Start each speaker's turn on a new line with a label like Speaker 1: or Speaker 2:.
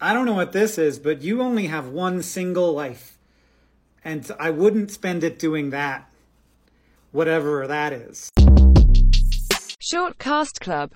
Speaker 1: I don't know what this is, but you only have one single life. And I wouldn't spend it doing that, whatever that is.
Speaker 2: Shortcast Club.